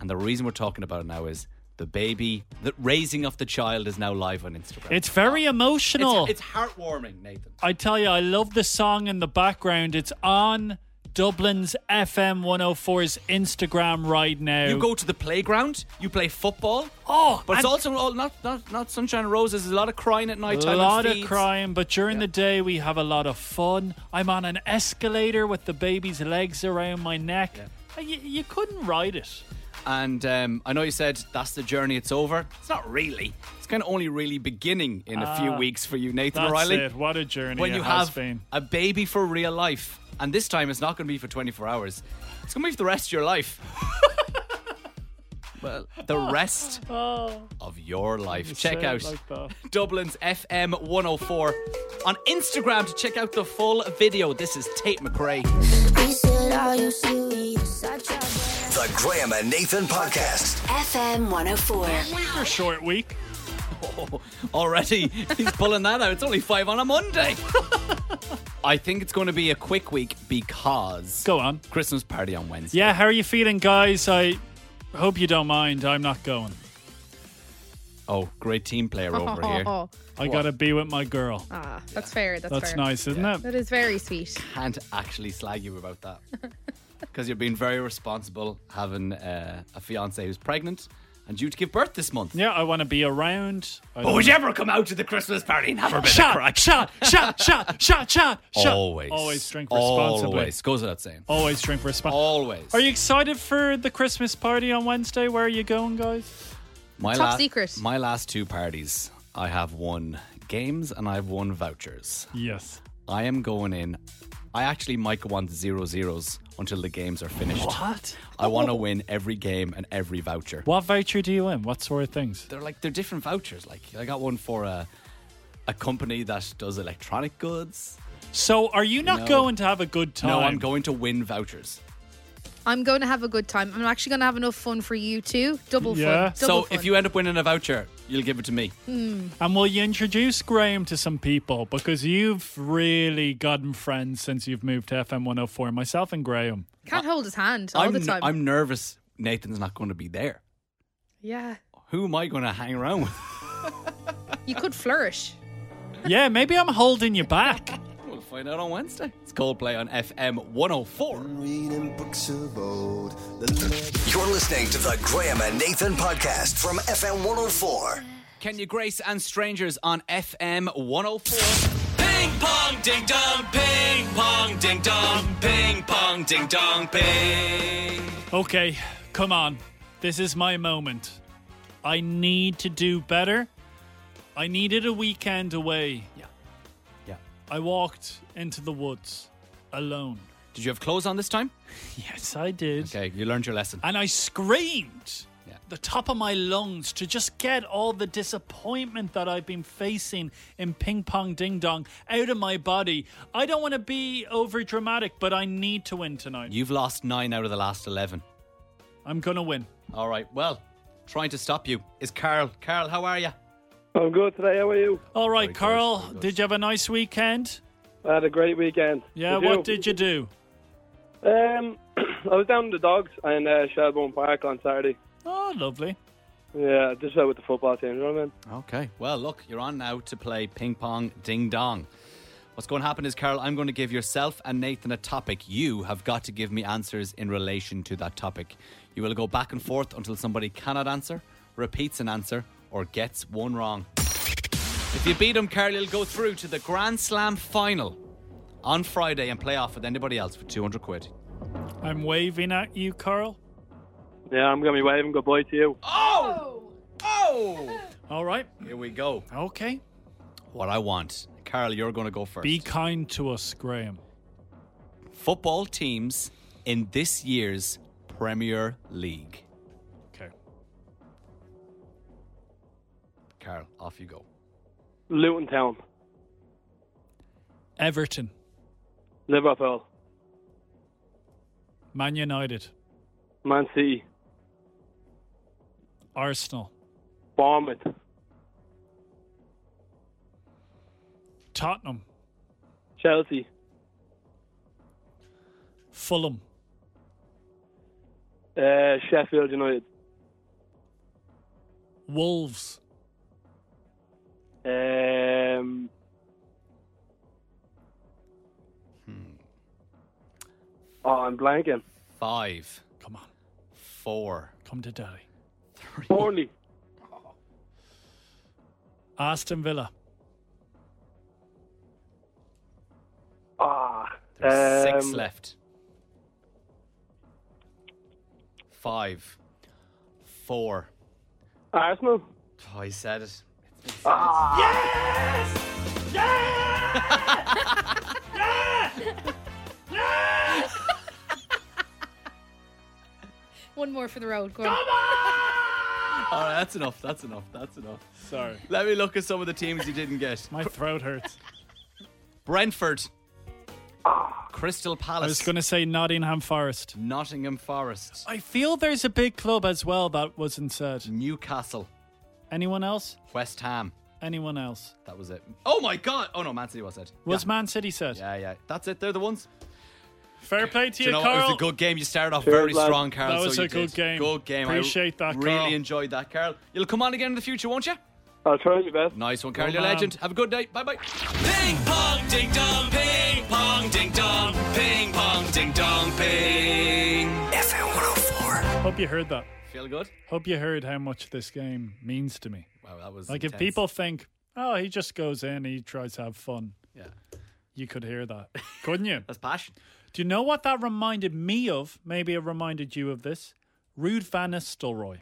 And the reason we're talking about it now is the baby, the raising of the child is now live on Instagram.
It's very emotional.
It's, it's heartwarming, Nathan.
I tell you, I love the song in the background. It's on Dublin's FM 104's Instagram right now.
You go to the playground, you play football.
Oh,
But it's
and-
also all, not, not not sunshine and roses. There's a lot of crying at night
a
time.
lot of crying, but during the day we have a lot of fun. I'm on an escalator with the baby's legs around my neck. Uh, You, you couldn't ride it.
And um, I know you said that's the journey. It's over. It's not really. It's kind of only really beginning in a few
Ah,
weeks for you, Nathan
That's
O'Reilly.
it. What a journey
When
it
you
has
have
been.
a baby for real life, and this time it's not going to be for 24 hours. It's going to be for the rest of your life. well, the rest of your life.
Say
Check
it
out.
Oh. like that.
Dublin's FM 104 on Instagram to check out the full video. This is Tate McRae.
The Graham and Nathan podcast.
FM 104.
We're short week.
Already, he's pulling that out. It's only five on a Monday. I think it's going to be a quick week because
Go on.
Christmas party on Wednesday.
Yeah, how are you feeling, guys? I hope you don't mind. I'm not going.
Oh, great team player over here.
I gotta be with my girl.
Ah, that's fair. That's,
That's
fair.
nice, isn't it?
That is very sweet.
Can't actually slag you about that because you're being very responsible having uh, a fiance who's pregnant and due to give birth this month.
Yeah, I want to be around. I
But
don't-
would you ever come out to the Christmas party and have a bit of crack?
shot, shot, shot, shot, shot, shot, shot.
Always.
always drink responsibly.
Always. Goes without saying.
Always drink responsibly.
Always.
Are you excited for the Christmas party on Wednesday? Where are you going, guys?
my
Top secret.
My last two parties, I have won games and I have won vouchers.
Yes.
I am going in. I actually might go on to zero zeros until the games are finished.
What?
I want to win every game and every voucher.
What voucher do you win? What sort of things?
They're like they're different vouchers. Like I got one for a a company that does electronic goods.
So, are you not
No.
going to have a good time?
Oh,
No, I'm going to win vouchers.
I'm going to have a good time. I'm actually going to have enough fun for you too. Double
Yeah.
fun.
so
Double fun.
if you end up winning a voucher, you'll give it to me.
And will you introduce Graham to some people? Because you've really gotten friends since you've moved to FM 104, myself and Graham.
can't hold his hand all
I'm
the time.
I'm nervous. Nathan's not going to be there.
yeah,
Who am I going to hang around with?
you could flourish.
yeah, maybe I'm holding you back.
We'll find out on Wednesday. It's Coldplay on FM 104.
Reading books of old. You're listening to the Graham and Nathan podcast from FM 104.
Kenya Grace and Strangers on FM 104. Ping pong ding dong, ping pong ding dong, ping pong ding dong, ping.
Okay, come on. This is my moment. I need to do better. I needed a weekend away.
Yeah. Yeah.
I walked into the woods alone.
Did you have clothes on this time?
Yes, I did.
Okay, you learned your lesson.
And I screamed
Yeah.
the top of my lungs to just get all the disappointment that I've been facing in ping pong ding dong out of my body. I don't want to be over dramatic, but I need to win tonight.
You've lost nine out of the last 11.
I'm going to win.
All right, well, trying to stop you is Carl. Carl, how are you?
I'm good today. How are you?
All right,
Very good,
Carl,
very good.
did you have a nice weekend?
I had a great weekend.
Yeah, what did you do?
Um, I was down with the dogs in uh, Shelbourne Park on Saturday.
Oh, lovely.
Yeah, just out with the football team. You know what I mean?
Okay. Well, look, you're on now to play ping pong ding dong. What's going to happen is, Carol, I'm going to give yourself and Nathan a topic. You have got to give me answers in relation to that topic. You will go back and forth until somebody cannot answer, repeats an answer, or gets one wrong. If you beat them, Carol, you'll go through to the Grand Slam final on Friday and play off with anybody else for 200 quid.
I'm waving at you, Carl.
Yeah, I'm going to be waving goodbye to you.
Oh! Oh!
All right.
Here we go.
Okay.
What I want. Carol, you're going to go first.
Be kind to us, Graham.
Football teams in this year's Premier League.
Okay.
Carol, off you go.
Luton Town,
Everton,
Liverpool,
Man United,
Man City,
Arsenal,
Bournemouth,
Tottenham,
Chelsea,
Fulham,
uh, Sheffield United,
Wolves,
um,
Hmm.
oh, I'm blanking.
Five,
Come on.
four,
Come to daddy.
Burnley,
Aston Villa.
ah,
There's six
um,
left. Five, four.
Arsenal.
Oh, he said it.
One more for the road. Go on.
All right, Oh, that's enough. That's enough. That's enough.
Sorry.
Let me look at some of the teams you didn't get.
My throat hurts.
Brentford, Crystal
I was
Palace,
going to say Nottingham Forest.
Nottingham Forest,
I feel there's a big club as well that wasn't said.
Newcastle,
Anyone else?
West Ham.
Anyone else?
That was it. Oh my God! Oh no, Man City was it.
Was Man City said?
Yeah, yeah. That's it. They're the ones.
Fair play to
Do
you,
you know what?
Carl.
It was a good game. You started off
Cheers,
very
lads.
strong, Carl.
That was
so you
a good
did.
game.
Good game.
Appreciate
I
that,
Really
Carl.
enjoyed that, Carl. You'll come on again in the future, won't you?
I'll try my best.
Nice one, Carl.
Good
You're a
man.
legend. Have a good night. Bye bye.
Ping pong ding dong, ping pong ding dong, ping pong ding dong, ping.
FM 104.
Hope you heard that.
Feel good?
Hope you heard how much this game means to me.
Wow, that was
Like if
intense.
people think, oh, he just goes in, he tries to have fun.
Yeah,
You could hear that, couldn't you?
that's passion.
Do you know what that reminded me of? Maybe it reminded you of this. Rude Van Nistelrooy.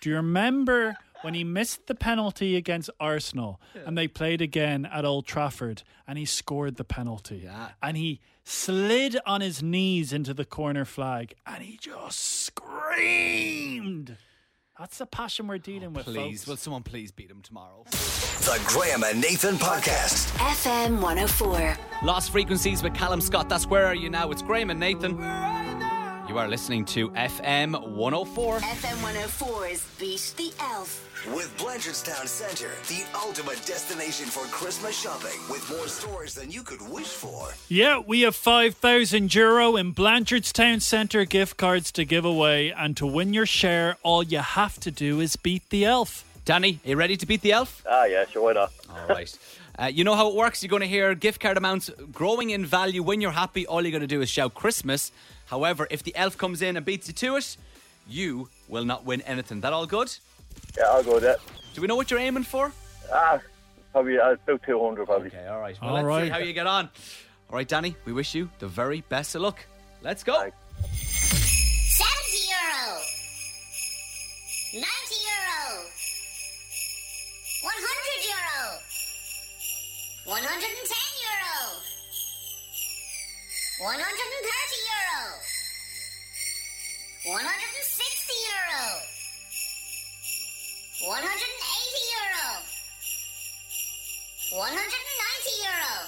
Do you remember when he missed the penalty against Arsenal and they played again at Old Trafford and he scored the penalty?
Yeah.
And he slid on his knees into the corner flag and he just screamed. That's the passion we're dealing with,
Oh, Please, will
folks.
someone please beat him tomorrow?
The Graham and Nathan Podcast.
FM 104.
Lost Frequencies with Callum Scott. That's Where Are You Now? It's Graham and Nathan. You are listening to FM 104.
FM 104's Beat the Elf.
With Blanchardstown Centre, the ultimate destination for Christmas shopping with more stores than you could wish for.
Yeah, we have 5,000 euro in Blanchardstown Centre gift cards to give away. And to win your share, all you have to do is beat the elf.
Danny, are you ready to beat the elf?
Ah, yeah, sure, why not?
All right. Uh, you know how it works. You're going to hear gift card amounts growing in value when you're happy. All you're going to do is shout Christmas. However, if the elf comes in and beats you to it, you will not win anything. That all good?
Yeah, I'll go with that.
Do we know what you're aiming for?
Ah, probably uh, about 200, probably.
Okay, all right. Well,
All
let's see
right.
how you get on. All right, Danny, we wish you the very best of luck. Let's go.
Thanks.
70 euro. 90 euro. 100 euro. 110 euro. 130 euro. 160 euro. 180 euro. 190 euro.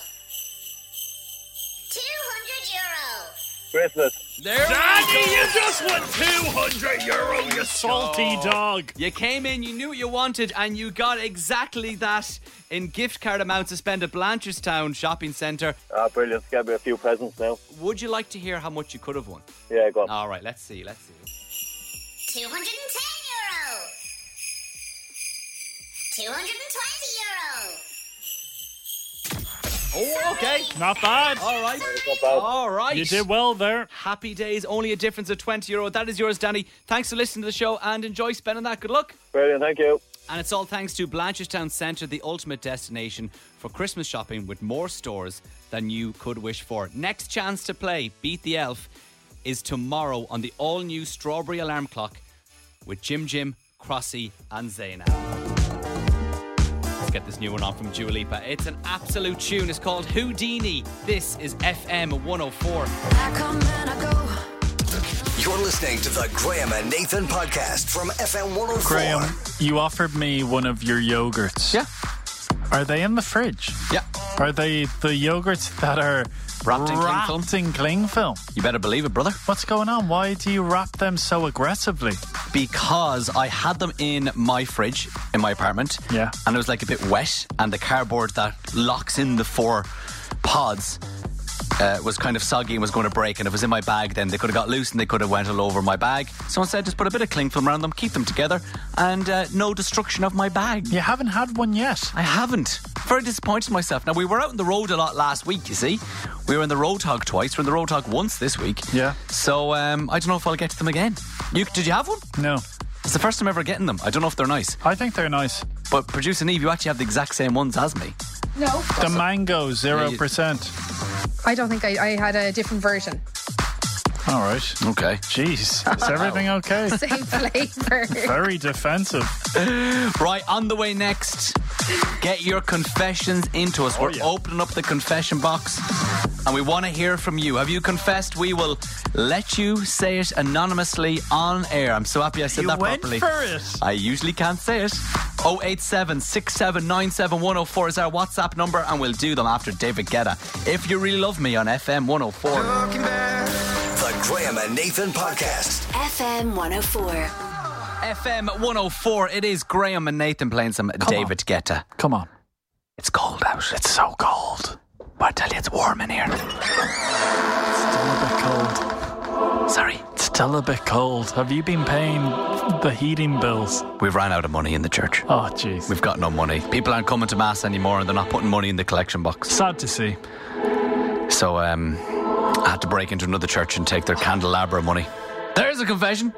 200 euro.
Christmas.
There
Danny,
we
you just won 200 euro, you salty dog.
You came in, you knew what you wanted, and you got exactly that in gift card amounts to spend at Blanchardstown Shopping Centre.
Ah, brilliant. It's got me a few presents now.
Would you like to hear how much you could have won?
Yeah, go on.
All right, let's see. Let's see.
210 euro. 220 euro. 230
Oh, okay.
Not bad.
All right.
bad.
All right.
You did well there.
Happy days. Only a difference of 20 euro. That is yours, Danny. Thanks for listening to the show and enjoy spending that. Good luck.
Brilliant, thank you.
And it's all thanks to Blanchardstown Centre, the ultimate destination for Christmas shopping with more stores than you could wish for. Next chance to play Beat the Elf is tomorrow on the all new Strawberry Alarm Clock with Jim Jim, Crossy, and Zaina. Let's get this new one on from Dua Lipa. It's an absolute tune. It's called Houdini. This is FM 104.
You're listening to the Graham and Nathan podcast from FM 104.
Graham, you offered me one of your yogurts. Yeah. Are they in the fridge?
Yeah.
Are they the yogurts that are
Wrapped in cling film?
wrapped in cling film?
You better believe it, brother.
What's going on? Why do you wrap them so aggressively?
because I had them in my fridge in my apartment.
Yeah.
And it was like a bit wet, and the cardboard that locks in the four pods. Uh, was kind of soggy and was going to break, and it was in my bag. Then they could have got loose, and they could have went all over my bag. So instead, just put a bit of cling film around them, keep them together, and uh, no destruction of my bag.
You haven't had one yet.
I haven't. Very disappointed in myself. Now we were out on the road a lot last week. You see, we were in the road hog twice. We're in the road hog once this week.
Yeah.
So um, I don't know if I'll get to them again. You did you have one?
No.
It's the first time ever getting them. I don't know if they're nice.
I think they're nice.
But producer Neve, you actually have the exact same ones as me.
No.
The mango, 0%.
I don't think I, I had a different version.
All right.
Okay.
Jeez. Is everything okay?
Same flavor.
Very defensive.
Right, on the way next. Get your confessions into
Oh,
us. We're opening up the confession box and we want to hear from you. Have you confessed? We will let you say it anonymously on air. I'm so happy I said
You
that
went
properly.
for it.
I usually can't say it. 087 6797104 is our WhatsApp number and we'll do them after David Guetta. If you really love me on FM 104.
The Graham and Nathan podcast.
FM 104.
FM 104, it is Graham and Nathan playing some David Guetta.
Come on.
It's cold out. It's so cold. But I tell you, it's warm in here.
Still a bit cold.
Sorry,
Still a bit cold. Have you been paying the heating bills?
we've ran out of money in the church.
Oh, jeez.
We've got no money. People aren't coming to mass anymore, and they're not putting money in the collection box.
Sad to see.
So, um, I had to break into another church and take their candelabra money. There's a confession.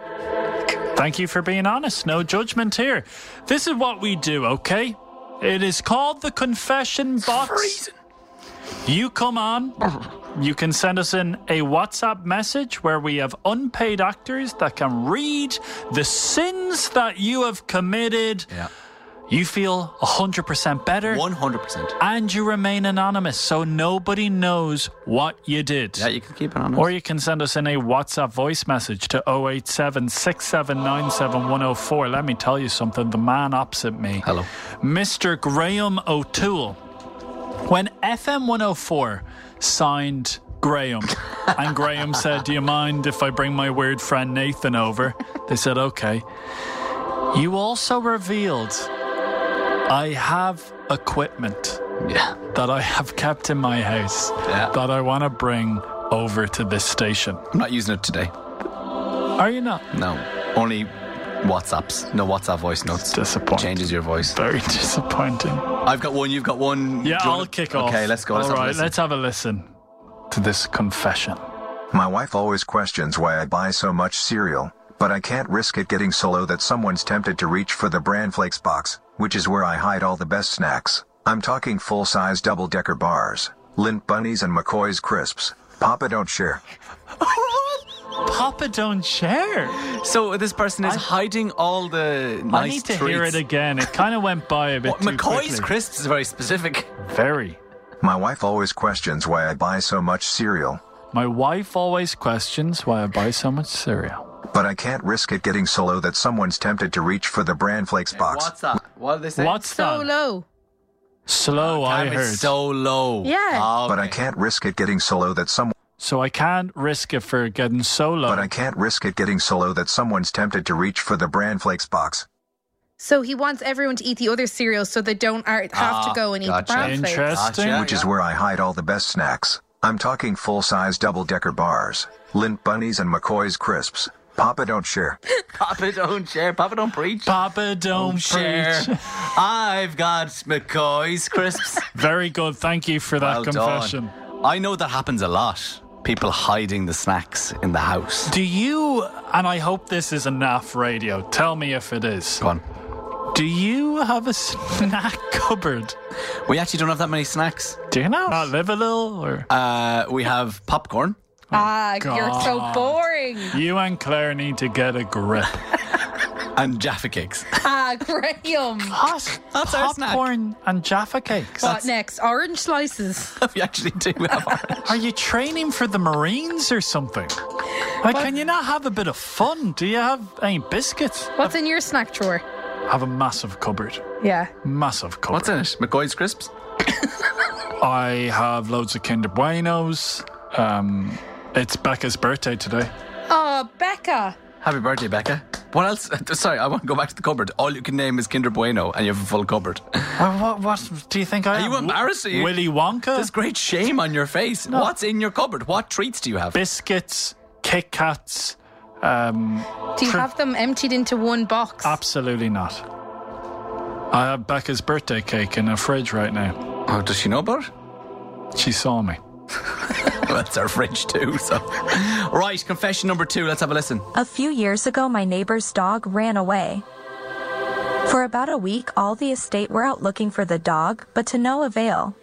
Thank you for being honest. No judgment here. This is what we do, okay? It is called the confession box. You come on. You can send us in a WhatsApp message where we have unpaid actors that can read the sins that you have committed.
Yeah,
You feel 100% better
one hundred percent.
and you remain anonymous so nobody knows what you did.
Yeah, you can keep it on.
Or you can send us in a WhatsApp voice message to 087 Let me tell you something. The man opposite me,
Hello.
Mr. Graham O'Toole, when FM 104 signed Graham, and Graham said, Do you mind if I bring my weird friend Nathan over? They said, Okay. You also revealed I have equipment
Yeah.
that I have kept in my house
Yeah.
that I want to bring over to this station.
I'm not using it today.
Are you not?
No, only WhatsApps. No WhatsApp voice notes.
Disappointing.
Changes your voice.
Very disappointing.
I've got one. You've got one.
Yeah,
Do you
I'll
wanna-
kick off.
Okay, let's go. Let's
All
have a
right,
listen.
let's have a listen to this confession.
My wife always questions why I buy so much cereal, but I can't risk it getting so low that someone's tempted to reach for the bran flakes box, which is where I hide all the best snacks. I'm talking full size double decker bars, lint bunnies, and McCoy's crisps. Papa don't share.
Papa, don't share.
So this person is hiding all the nice
I need to
treats.
hear it again. It kind of went by a bit.
What,
too
McCoy's
quickly.
crisps is very specific.
Very.
My wife always questions why I buy so much cereal,
My wife always questions why I buy so much cereal.
but I can't risk it getting so low that someone's tempted to reach for the bran flakes box.
What's that? What did they say?
What's
so
that?
low.
Slow, I
Damn,
heard.
It's so low.
Yeah.
Oh,
Oh, But I
okay.
can't risk it getting so low that someone.
so I can't risk it for getting so low.
But I can't risk it getting so low that someone's tempted to reach for the bran flakes box.
So he wants everyone to eat the other cereals so they don't are, have
Ah,
to go and eat
gotcha.
the brown flakes.
Interesting.
Gotcha.
which is where I hide all the best snacks. I'm talking full size double decker bars, lint bunnies, and McCoy's crisps.
Papa don't share.
Papa don't share. Papa don't preach.
Papa
Oh,
don't preach.
I've got McCoy's crisps.
Very good. Thank you for that
Well done.
confession.
I know that happens a lot. People hiding the snacks in the house.
Do you, and I hope this is enough radio, tell me if it is. Go
on.
Do you have a snack cupboard?
We actually don't have that many snacks.
Do you know? Not live a little or?
Uh, we have popcorn.
Ah, you're so
God.
boring.
You and Claire need to get a grip.
and Jaffa Cakes.
Ah, Graham.
That's our snack.
Popcorn and Jaffa cakes.
What next? Orange slices.
we actually do have our.
Are you training for the Marines or something? Like, can you not have a bit of fun? Do you have any biscuits?
What's in your snack drawer?
I have a massive cupboard.
Yeah.
Massive cupboard.
What's in it? McCoy's crisps?
I have loads of Kinder Buenos. Um, it's Becca's birthday today.
Oh, Becca.
Happy birthday, Becca. What else? Sorry, I want to go back to the cupboard. All you can name is Kinder Bueno, and you have a full cupboard.
Uh, what, what do you think I
Are
am?
you embarrassed? Are you-
Willy Wonka?
There's great shame on your face.
No.
What's in your cupboard? What treats do you have?
Biscuits, Kit Kats. Um,
Do you
Tr-
have them emptied into one box?
absolutely not. I have Becca's birthday cake in the fridge right now.
Oh, does she know about it?
She saw me.
Well, That's our fridge too. So, right, confession number two. Let's have a listen.
A few years ago, my neighbor's dog ran away. For about a week, all the estate were out looking for the dog, but to no avail.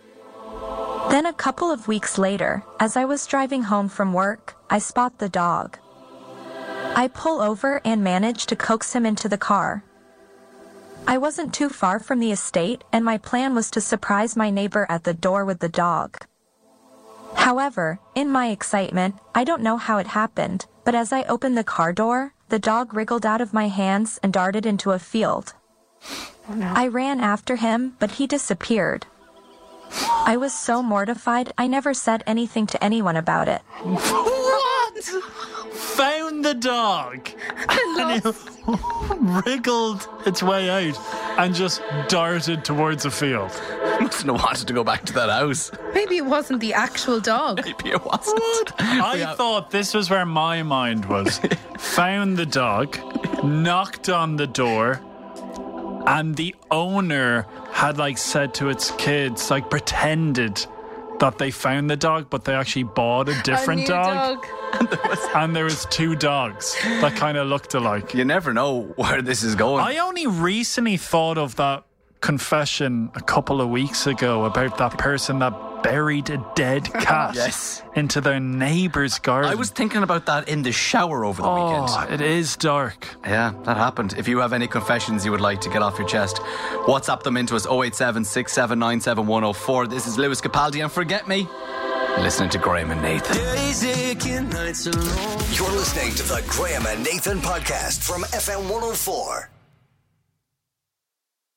Then, a couple of weeks later, as I was driving home from work, I spot the dog. I pull over and manage to coax him into the car. I wasn't too far from the estate, and my plan was to surprise my neighbor at the door with the dog. However, in my excitement, I don't know how it happened, but as I opened the car door, the dog wriggled out of my hands and darted into a field. I ran after him, but he disappeared. I was so mortified, I never said anything to anyone about it.
What? Found the dog. and it wriggled its way out and just darted towards a field.
Must have wanted to go back to that house.
Maybe it wasn't the actual dog.
Maybe it wasn't.
I thought this was where my mind was. Found the dog, knocked on the door, and the owner had like said to its kids, like pretended that they found the dog, but they actually bought a different
new
dog. and there was two dogs that kind of looked alike.
You never know where this is going.
I only recently thought of that confession a couple of weeks ago about that person that buried a dead cat
Yes.
into their neighbor's garden.
I was thinking about that in the shower over the
oh,
weekend.
it is dark.
Yeah, that happened. If you have any confessions you would like to get off your chest, WhatsApp them into us 087 6797104. This is Lewis Capaldi and Forget Me. Listening to Graham and Nathan.
oh You're listening to the Graham and Nathan podcast from FM 104.